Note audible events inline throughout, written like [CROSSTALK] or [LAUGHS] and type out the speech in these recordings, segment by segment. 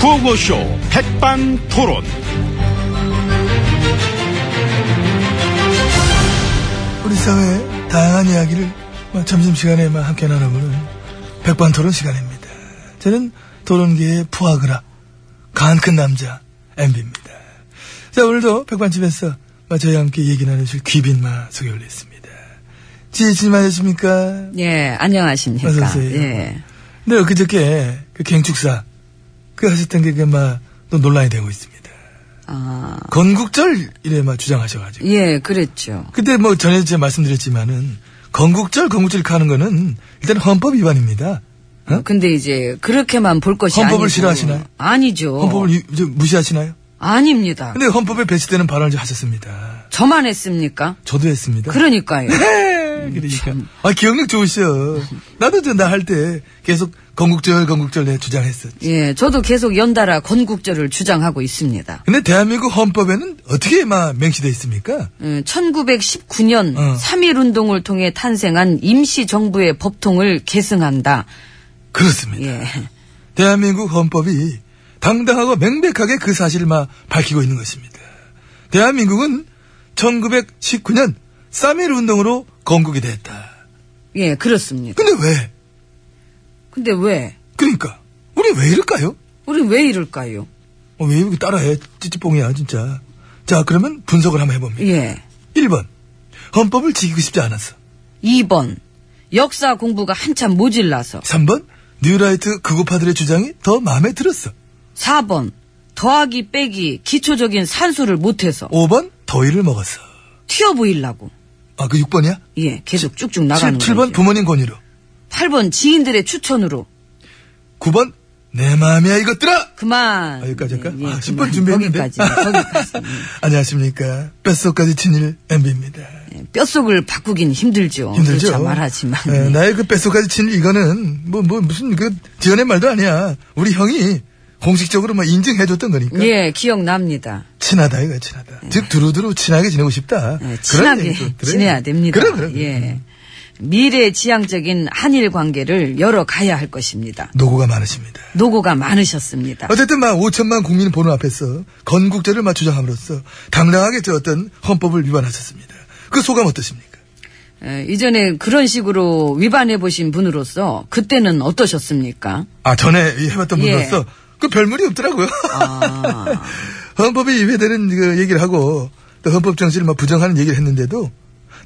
구호쇼 백반토론. 우리 사회의 다양한 이야기를 뭐 점심시간에 함께 나눠보는 백반토론 시간입니다. 저는 토론계의 푸아그라, 간 큰 남자, MB입니다. 자, 오늘도 백반집에서 저희와 함께 얘기 나누실 귀빈마 소개 올렸습니다. 지혜진 맞으십니까? 예, 안녕하십니까. 어서오세요. 예. 근데 그저께 그 갱축사, 그 하셨던 게 그만 또 논란이 되고 있습니다. 아, 건국절 이래 막 주장하셔가지고. 예, 그랬죠. 근데 뭐 전에 제가 말씀드렸지만은 건국절 건국절 이렇게 하는 거는 일단 헌법 위반입니다. 어? 근데 이제 그렇게만 볼 것이 아니고 헌법을 싫어하시나요? 아니죠. 헌법을 유- 저 무시하시나요? 아닙니다. 근데 헌법에 배치되는 발언을 이제 하셨습니다. 저만 했습니까? 저도 했습니다. 그러니까요. 네, 그러니까. 아 기억력 좋으셔. 나도 저나할 때 계속 건국절 건국절 내 주장했었지. 예, 저도 계속 연달아 건국절을 주장하고 있습니다. 근데 대한민국 헌법에는 어떻게 막 맹시돼 있습니까? 1919년 어. 3.1 예, 운동을 통해 탄생한 임시정부의 법통을 계승한다. 그렇습니다. 예. 대한민국 헌법이 당당하고 명백하게 그 사실을 막 밝히고 있는 것입니다. 대한민국은 1919년 3.1 운동으로 건국이 됐다. 예, 그렇습니다. 근데 왜? 근데 왜? 그러니까. 우리 왜 이럴까요? 우리 왜 이럴까요? 어, 왜 이렇게 따라해? 찌찌뽕이야, 진짜. 자, 그러면 분석을 한번 해봅니다. 예. 1번. 헌법을 지키고 싶지 않았어. 2번. 역사 공부가 한참 모질라서. 3번. 뉴라이트 극우파들의 주장이 더 마음에 들었어. 4번. 더하기 빼기 기초적인 산수를 못해서 5번. 더위를 먹었어. 튀어 보이려고. 아, 그 6번이야? 예, 계속 쭉쭉 나가는 7, 번 거죠. 부모님 권유로. 8번 지인들의 추천으로. 9번. 내 마음이야, 이것들아! 그만. 아, 여기까지 할까? 예, 예, 아, 10번 그만. 준비했는데. 거기까지. 거기까지. [LAUGHS] 안녕하십니까. 뼛속까지 친일 MB입니다. 예, 뼛속을 바꾸긴 힘들죠. 힘들죠? 그렇죠, 말하지만. 예, 나의 그 뼛속까지 친일 이거는, 뭐, 뭐, 무슨 그 지연의 말도 아니야. 우리 형이 공식적으로 막 인증해줬던 거니까. 예, 기억납니다. 친하다, 이거 친하다. 즉, 두루두루 친하게 지내고 싶다. 예, 그런 친하게 얘기도 들어요. 지내야 됩니다. 그럼, 그럼. 예. 미래 지향적인 한일 관계를 열어가야 할 것입니다. 노고가 많으십니다. 노고가 많으셨습니다. 어쨌든 막 5천만 국민 보는 앞에서 건국제를 막 주장함으로써 당당하게 저 어떤 헌법을 위반하셨습니다. 그 소감 어떠십니까? 에, 이전에 그런 식으로 위반해 보신 분으로서 그때는 어떠셨습니까? 아, 전에 이 해봤던 예. 분으로서 그 별물이 없더라고요. 아, [LAUGHS] 헌법이 위배되는 그 얘기를 하고 또 헌법 정신을 막 부정하는 얘기를 했는데도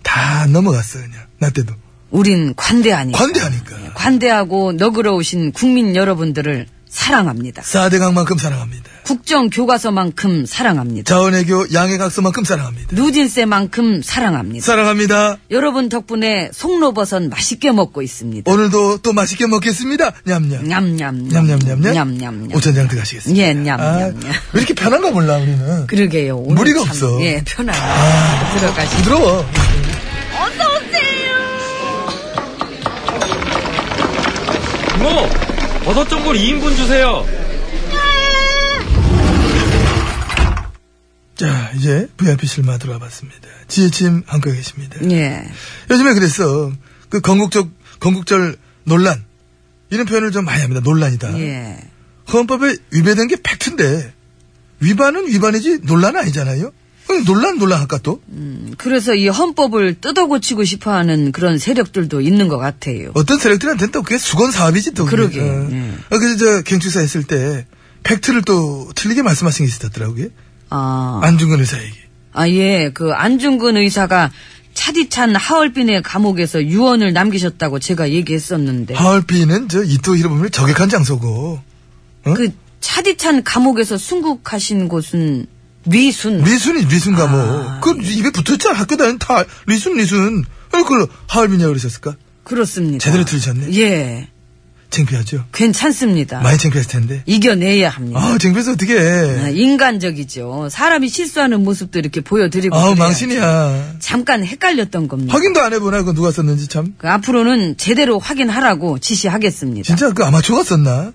다 넘어갔어요, 그냥. 나 때도. 우린 관대하니까. 관대하니까. 예, 관대하고 너그러우신 국민 여러분들을 사랑합니다. 4대강만큼 사랑합니다. 국정 교과서만큼 사랑합니다. 자원외교 양해각서만큼 사랑합니다. 누진세만큼 사랑합니다. 사랑합니다. 여러분 덕분에 송로버섯 맛있게 먹고 있습니다. 오늘도 또 맛있게 먹겠습니다. 냠냠. 냠냠. 냠냠냠냠. 냠냠. 오천장 들어가시겠습니다. 예, 냠, 아, 냠, 냠. 왜 이렇게 편한가 몰라, 우리는. 그러게요. 오늘 무리가 참, 없어. 아. 예, 편안해. 들어가시죠. 부드러워. 이모, 뭐, 버섯 전골 2인분 주세요. 자, 이제 VIP실만 들어와 봤습니다. 지혜침 함께 계십니다. 예. 요즘에 그래서 그 건국적 건국절 논란 이런 표현을 좀 많이 합니다. 논란이다. 예. 헌법에 위배된 게 팩트인데 위반은 위반이지 논란 아니잖아요. 그럼 논란 논란 할까 또 그래서 이 헌법을 뜯어고치고 싶어하는 그런 세력들도 있는 것 같아요. 어떤 세력들한테는 또 그게 수건 사업이지 또. 그러게, 어. 예. 어, 그래서 저 경축사 했을 때 팩트를 또 틀리게 말씀하신 게 있었더라고요. 아, 안중근 의사 얘기. 아 예, 그 안중근 의사가 차디찬 하얼빈의 감옥에서 유언을 남기셨다고 제가 얘기했었는데 하얼빈은 저 이토 히로부미를 저격한 장소고 그 차디찬 감옥에서 순국하신 곳은 리순. 리순이 리순 가옥 예. 아, 그 입에 붙었잖아 학교 다니는 다 리순 리순. 아니 그걸 하얼빈이라고 그러셨을까? 그렇습니다. 제대로 들으셨네. 예, 창피하죠. 괜찮습니다. 많이 창피했을 텐데. 이겨내야 합니다. 아, 창피해서 어떻게 네. 아, 해. 인간적이죠. 사람이 실수하는 모습도 이렇게 보여드리고. 아우, 그래야지. 망신이야. 잠깐 헷갈렸던 겁니다. 확인도 안 해보나, 그 누가 썼는지 참. 그 앞으로는 제대로 확인하라고 지시하겠습니다. 진짜 그 아마추어가 썼나?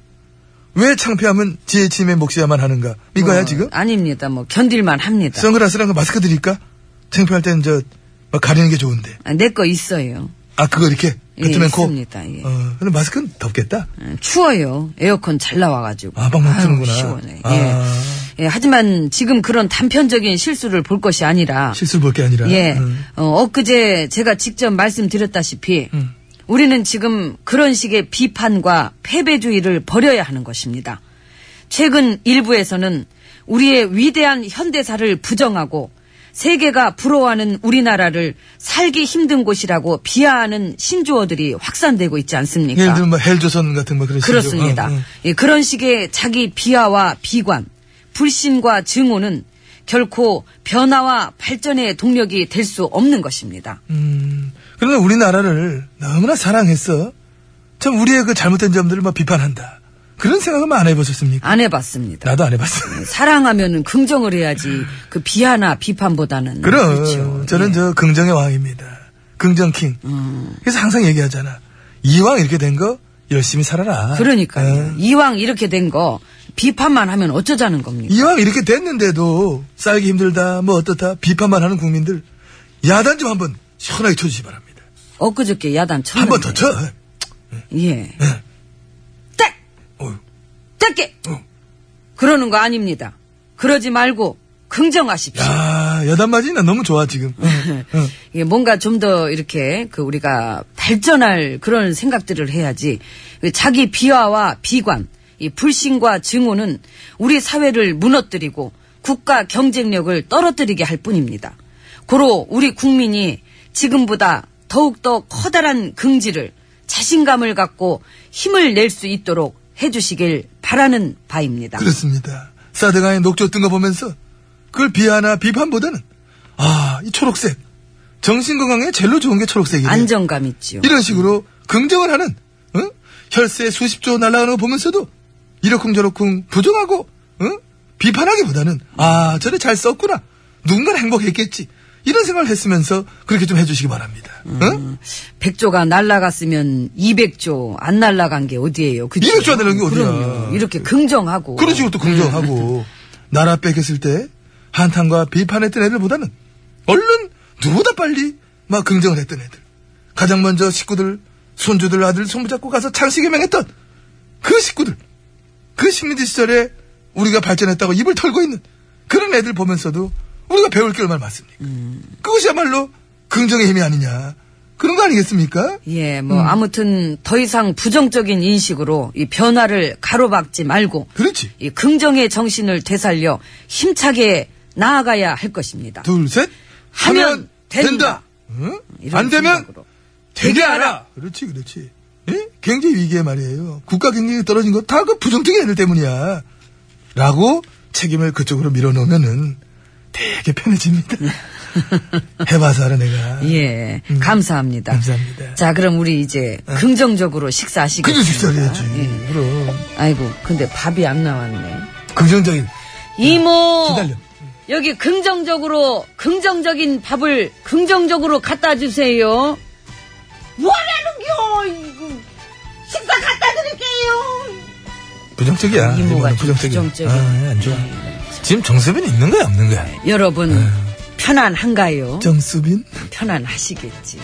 왜 창피하면 지혜침의 몫이야만 하는가? 이거야, 뭐, 지금? 아닙니다. 뭐 견딜만 합니다. 선글라스랑 그 마스크 드릴까? 창피할 땐 저, 막 가리는 게 좋은데. 내 거 있어요. 아, 그거 이렇게? 예, 그쯤엔 코. 있습니다. 예. 어, 근데 마스크는 덥겠다. 예, 추워요. 에어컨 잘 나와가지고. 아, 막 막히는구나. 아유, 시원해. 아. 예. 예, 하지만 지금 그런 단편적인 실수를 볼 것이 아니라. 실수 볼 게 아니라. 예. 음. 어, 엊그제 제가 직접 말씀드렸다시피. 음. 우리는 지금 그런 식의 비판과 패배주의를 버려야 하는 것입니다. 최근 일부에서는 우리의 위대한 현대사를 부정하고 세계가 부러워하는 우리나라를 살기 힘든 곳이라고 비하하는 신조어들이 확산되고 있지 않습니까? 예를 들면 뭐 헬조선 같은 뭐 그런 식으로. 그러니까. 그렇습니다. 어, 어. 예, 그런 식의 자기 비하와 비관, 불신과 증오는 결코 변화와 발전의 동력이 될 수 없는 것입니다. 음, 그러나 우리나라를 너무나 사랑했어. 참 우리의 그 잘못된 점들을 막 비판한다. 그런 생각은 안 해보셨습니까? 안 해봤습니다. 나도 안 해봤어. 음, 사랑하면은 긍정을 해야지 그 비하나 비판보다는 그럼 그렇죠. 저는 예. 음. 저 긍정의 왕입니다. 긍정 킹. 그래서 항상 얘기하잖아. 이왕 이렇게 된 거 열심히 살아라. 그러니까요. 어. 이왕 이렇게 된 거 비판만 하면 어쩌자는 겁니까? 이왕 이렇게 됐는데도 살기 힘들다, 뭐 어떻다 비판만 하는 국민들 야단 좀 한번 시원하게 쳐주시 기 바랍니다. 엊그저께 야단 쳤는데. 한 번 더 쳐. 네. 예. 딱! 어휴. 딱게! 어. 그러는 거 아닙니다. 그러지 말고 긍정하십시오. 야 여단 맞이 나 너무 좋아 [LAUGHS] 지금. 어, 어. 이게 뭔가 좀 더 이렇게 그 우리가 발전할 그런 생각들을 해야지 그 자기 비하와 비관, 이 불신과 증오는 우리 사회를 무너뜨리고 국가 경쟁력을 떨어뜨리게 할 뿐입니다. 고로 우리 국민이 지금보다 더욱더 커다란 긍지를 자신감을 갖고 힘을 낼 수 있도록 해주시길 바라는 바입니다. 그렇습니다. 사드강에 녹조 뜬 거 보면서 그걸 비하나 비판보다는 아, 이 초록색. 정신 건강에 젤로 좋은 게 초록색이네. 안정감 있지요. 이런 식으로 긍정을 하는 응? 혈세 수십조 날아가는 거 보면서도 이러쿵저러쿵 부정하고 응? 비판하기보다는 아, 저래 잘 썼구나. 누군가는 행복했겠지. 이런 생각을 했으면서 그렇게 좀 해주시기 바랍니다. 음. 응? 100조가 날라갔으면 200조 안 날라간 게 어디예요? 그치? 200조 안 날라간 게 어디야. 그럼요. 이렇게 긍정하고 그런 식으로 또 긍정하고 나라 뺏겼을 때 한탄과 비판했던 애들보다는 얼른 누구보다 빨리 막 긍정을 했던 애들 가장 먼저 식구들 손주들 아들 손붙잡고 가서 창씨 개명했던 그 식구들 그 식민지 시절에 우리가 발전했다고 입을 털고 있는 그런 애들 보면서도 우리가 배울 게 얼마나 많습니까 음. 그것이야말로 긍정의 힘이 아니냐 그런 거 아니겠습니까 예, 뭐 음. 아무튼 더 이상 부정적인 인식으로 이 변화를 가로막지 말고 그렇지 이 긍정의 정신을 되살려 힘차게 나아가야 할 것입니다. 둘셋 하면 된다. 응? 이런 안 되면 생각으로. 되게 알아. 그렇지, 그렇지. 예? 굉장히 위기에 말이에요. 국가 경쟁이 떨어진 거 다 그 부정적인 애들 때문이야. 라고 책임을 그쪽으로 밀어놓으면은 되게 [LAUGHS] 편해집니다. 해봐서 알아, 내가. 예, 음. 감사합니다. 감사합니다. 네. 자, 그럼 우리 이제 긍정적으로 식사하시겠습니다. 그게 식사를 해야지. 예. 그럼. 아이고, 근데 밥이 안 나왔네. 긍정적인. 이모 네, 기다려. 여기 긍정적으로 긍정적인 밥을 긍정적으로 갖다 주세요. 뭐라는겨 이거 식사 갖다 드릴게요 부정적이야. 이모가 이거는 좀 부정적이야. 아, 예, 안 좋아. 지금 정수빈 있는 거야, 없는 거야? 여러분 네. 편안한가요? 정수빈? 편안하시겠지.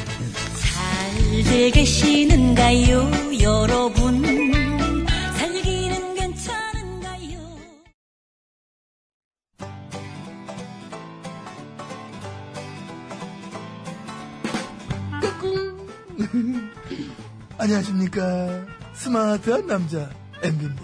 잘 계시는가요 여러분 살기는 괜찮은가요 안녕하십니까. 스마트한 남자, MB입니다.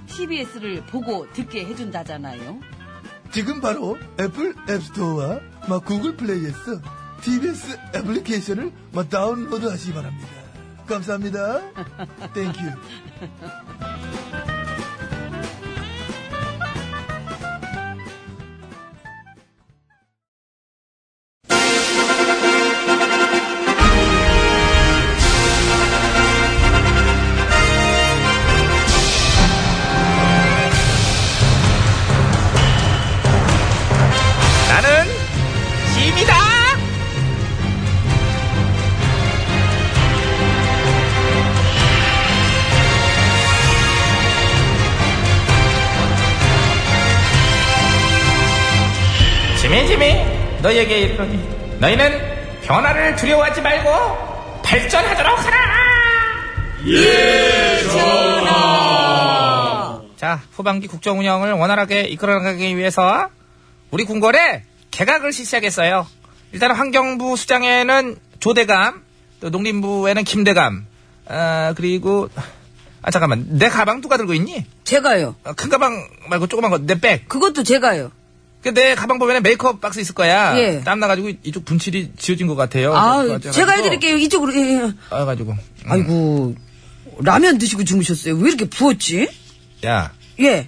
TBS를 보고 듣게 해준다잖아요. 지금 바로 애플 앱스토어와 마 구글 플레이에서 TBS 애플리케이션을 마 다운로드 하시기 바랍니다. 감사합니다. 땡큐. 지미 지미 너에게 이르노니 너희는 변화를 두려워하지 말고 발전하도록 하라 자 후반기 국정 운영을 원활하게 이끌어나가기 위해서 우리 궁궐에 개각을 실시하겠어요 일단 은 환경부 수장에는 조대감 또 농림부에는 김대감 아 그리고 아 잠깐만 내 가방 누가 들고 있니? 제가요. 아, 큰 가방 말고 조그만 거 내 백 그것도 제가요. 그 내 가방 보면 메이크업 박스 있을 거야. 예. 땀 나가지고 이쪽 분칠이 지워진 것 같아요. 아, 그래서 그거 제가 가지고 해드릴게요. 이쪽으로. 예, 예. 와가지고. 음. 아이고, 라면 드시고 주무셨어요. 왜 이렇게 부었지? 야, 예.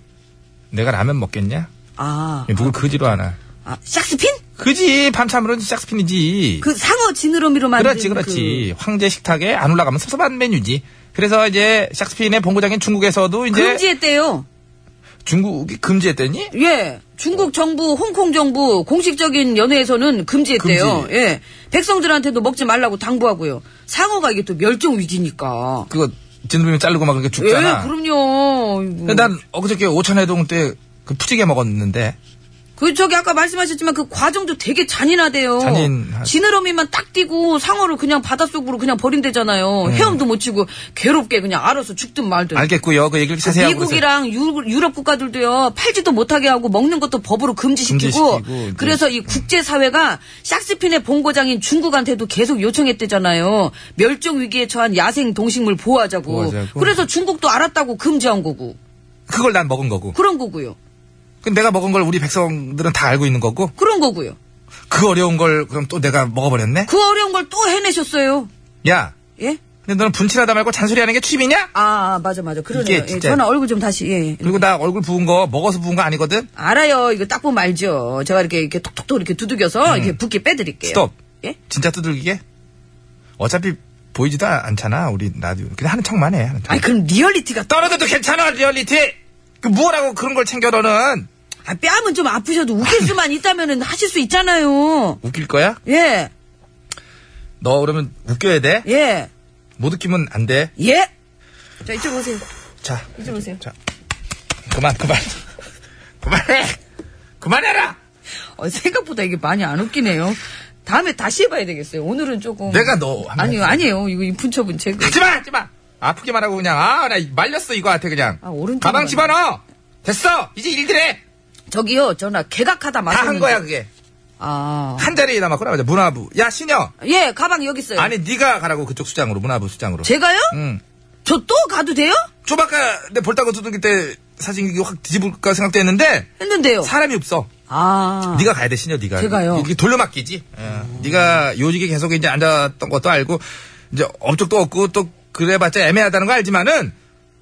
내가 라면 먹겠냐? 아, 누굴 거지로 하나? 아 샥스핀? 그지 밤참으로는 짝스핀이지. 그 상어 지느러미로 만든 그렇지, 그렇지. 황제 식탁에 안 올라가면 섭섭한 메뉴지. 그래서 이제 짝스핀의 본고장인 중국에서도 그 이제 금지했대요. 중국이 금지했더니 예. 중국 정부, 홍콩 정부 공식적인 연회에서는 금지했대요. 금지. 예. 백성들한테도 먹지 말라고 당부하고요. 상어가 이게 또 멸종 위기니까. 그거 진드비 자르고 막 그렇게 예, 죽잖아. 그럼요. 아이고. 근데 난 어그저께 오천해동 때 그 푸지게 먹었는데 그 저기 아까 말씀하셨지만 그 과정도 되게 잔인하대요. 잔인하- 지느러미만 딱 띄고 상어를 그냥 바닷속으로 그냥 버린대잖아요. 네. 헤엄도 못 치고 괴롭게 그냥 알아서 죽든 말든. 알겠고요. 그 얘기를 자세히 하고 그래서 네. 미국이랑 유- 유럽 국가들도요 팔지도 못하게 하고 먹는 것도 법으로 금지시키고, 금지시키고, 네. 이제. 그래서 이 국제 사회가 샥스핀의 본고장인 중국한테도 계속 요청했대잖아요 멸종 위기에 처한 야생 동식물 보호하자고. 보호하자고. 그래서 중국도 알았다고 금지한 거고 그걸 난 먹은 거고. 그런 거고요 그 내가 먹은 걸 우리 백성들은 다 알고 있는 거고 그런 거고요 그 어려운 걸 그럼 또 내가 먹어버렸네. 그 어려운 걸 또 해내셨어요 야, 예? 근데 너는 분칠하다 말고 잔소리하는 게 취미냐? 아, 아, 맞아 맞아 그러네요 이게 예, 진짜- 전화 얼굴 좀 다시 예, 예. 그리고 나 얼굴 부은 거 먹어서 부은 거 아니거든. 알아요 이거 딱 보면 알죠 제가 이렇게 이렇게 톡톡톡 이렇게 두들겨서 이렇게 붓기 네. 빼드릴게요 스톱. 예? 진짜 두들기게. 어차피 보이지도 않- 않잖아 우리 라디오. 그냥 하는 척만 해. 하는 척. 아니 그럼 리얼리티가 떨어져도 괜찮아 리얼리티. 그 뭐라고 그런 걸 챙겨 너는 아, 뺨은 좀 아프셔도 웃길 수만 있다면은 하실 수 있잖아요. 웃길 거야? 예, 너 그러면 웃겨야 돼. 예, 못 웃기면 안 돼. 예. 자, 이쪽 오세요. 자, 이쪽 오세요. 자, 그만 [LAUGHS] 그만 그만해 그만해라. 어, 생각보다 이게 많이 안 웃기네요. 다음에 다시 해봐야 되겠어요. 오늘은 조금. 내가 너 한번 아니요, 아니에요. 이거 이 분처분 제거. 하지마 하지마 아프기만 하고 그냥 아 나 말렸어 이거 한테 그냥 아, 오른쪽으로 가방 하네. 집어넣어 됐어 이제 일들 해다 한 저기요, 전화 개각하다 맞았는데. 거야 그게 아. 한 자리에 남았구나 맞아 문화부 야 신여 예, 가방 여기 있어요. 아니 네가 가라고 그쪽 수장으로 문화부 수장으로 제가요? 응 저 또 가도 돼요? 조박가 내 볼따구 두들길 때 사진 이거 확 뒤집을까 생각했는데 했는데요. 사람이 없어 아. 네가 가야 돼 신여 네가 제가요? 이게 돌려막기지 예. 네가 요직에 계속 이제 앉았던 것도 알고 이제 업적도 없고 또 그래봤자 애매하다는 거 알지만은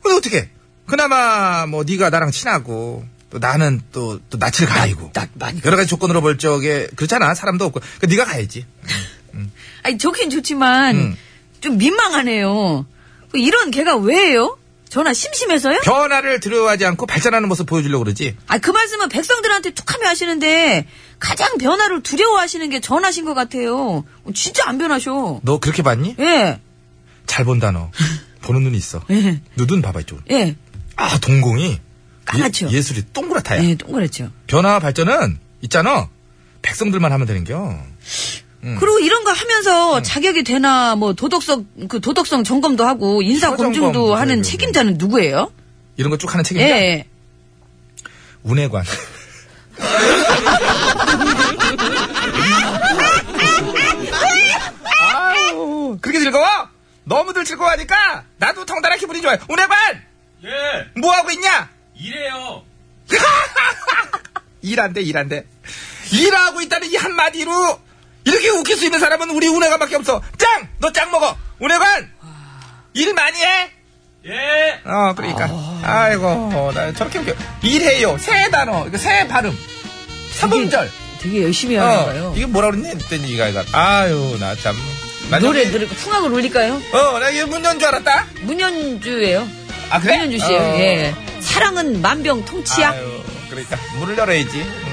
근데 어떻게 그나마 뭐 네가 나랑 친하고 또 나는 또 또 낯을 가리고 낯 많이 여러 가지 조건으로 볼 적에 그렇잖아 사람도 없고 그 네가 가야지 아니, 좋긴 좋지만, 음. 좀 민망하네요. 그 이런 개가 왜예요? 전화 심심해서요? 변화를 두려워하지 않고 발전하는 모습 보여주려고 그러지 아, 그 말씀은 백성들한테 툭하며 하시는데 가장 변화를 두려워하시는 게 전하신 것 같아요. 어, 진짜 안 변하셔. 너 그렇게 봤니? 예, 잘 본다 너 보는 눈이 있어 예. 너 눈 봐봐 이쪽으로 예, 아 동공이 까맣죠? 예, 술이 동그랗다 야 예, 동그랗죠. 변화와 발전은 있잖아. 백성들만 하면 되는겨. 음. 그리고 이런 거 하면서 자격이 되나 뭐 도덕성 그 도덕성 점검도 하고 인사 혈정검 검증도 하는 그래요. 책임자는 누구예요? 이런 거 쭉 하는 예, 책임자. 예. 운해관. 아우, 그렇게 즐거워? 너무들 즐거워하니까 나도 덩달아 기분이 좋아요. 운해관! 예, 뭐 하고 있냐? 이래요. 일한대, 일한대. 일하고 있다는 이 한마디로 이렇게 웃길 수 있는 사람은 우리 운해관밖에 없어. 짱! 너 짱 먹어! 운해관! 일 많이 해! 예. 어, 그러니까. 아... 이고 나 저렇게 웃겨. 일해요. 새 단어, 이거 새 발음. 삼음절. 되게 열심히 하는 어, 거예요. 이게 뭐라 그랬니? 했더니 이가, 이가. 아유, 나 참. 나 노래 저기- 들을 풍악을 울릴까요? 어, 나 이게 문연 줄 알았다? 문현주예요. 아, 그래? 문현주 씨예요. 어. 예. 사랑은 만병통치약. 아유, 그러니까. 문을 열어야지.